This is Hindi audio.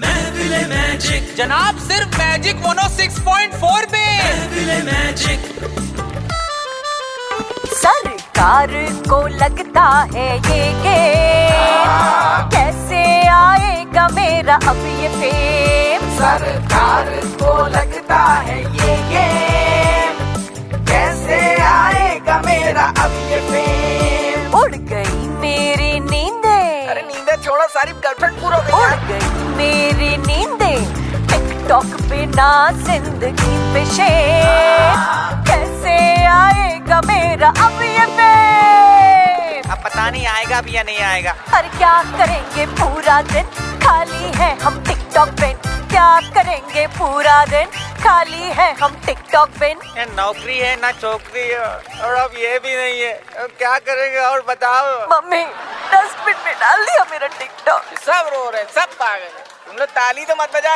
महफिल मैजिक जनाब सिर्फ मैजिक मोनो 6.4 पे महफिल मैजिक सरकार को लगता है ये गेम कैसे आएगा मेरा अब ये फेम सरकार को लगता है ये गेम कैसे आएगा मेरा अब ये फेम उड़ गई मेरी नींदे अरे नींदे छोड़ो सारी गर्लफ्रेंड पूरा हो उड़ गई गई मेरी नींदे टिकटॉक बिना जिंदगी पे शेम कैसे आएगा मेरा अब ये फेम अब पता नहीं आएगा भी या नहीं आएगा पर क्या करेंगे पूरा दिन खाली है हम टिकटॉक बिन क्या करेंगे पूरा दिन खाली है हम टिकटॉक बिन ये नौकरी है ना चौकरी है और अब ये भी नहीं है अब क्या करेंगे और बताओ मम्मी डस्टबिन में डाल दिया मेरा टिकटॉक सब रो रहे हैं, सब पागल हैं। तुम लोग ताली तो मत बजाए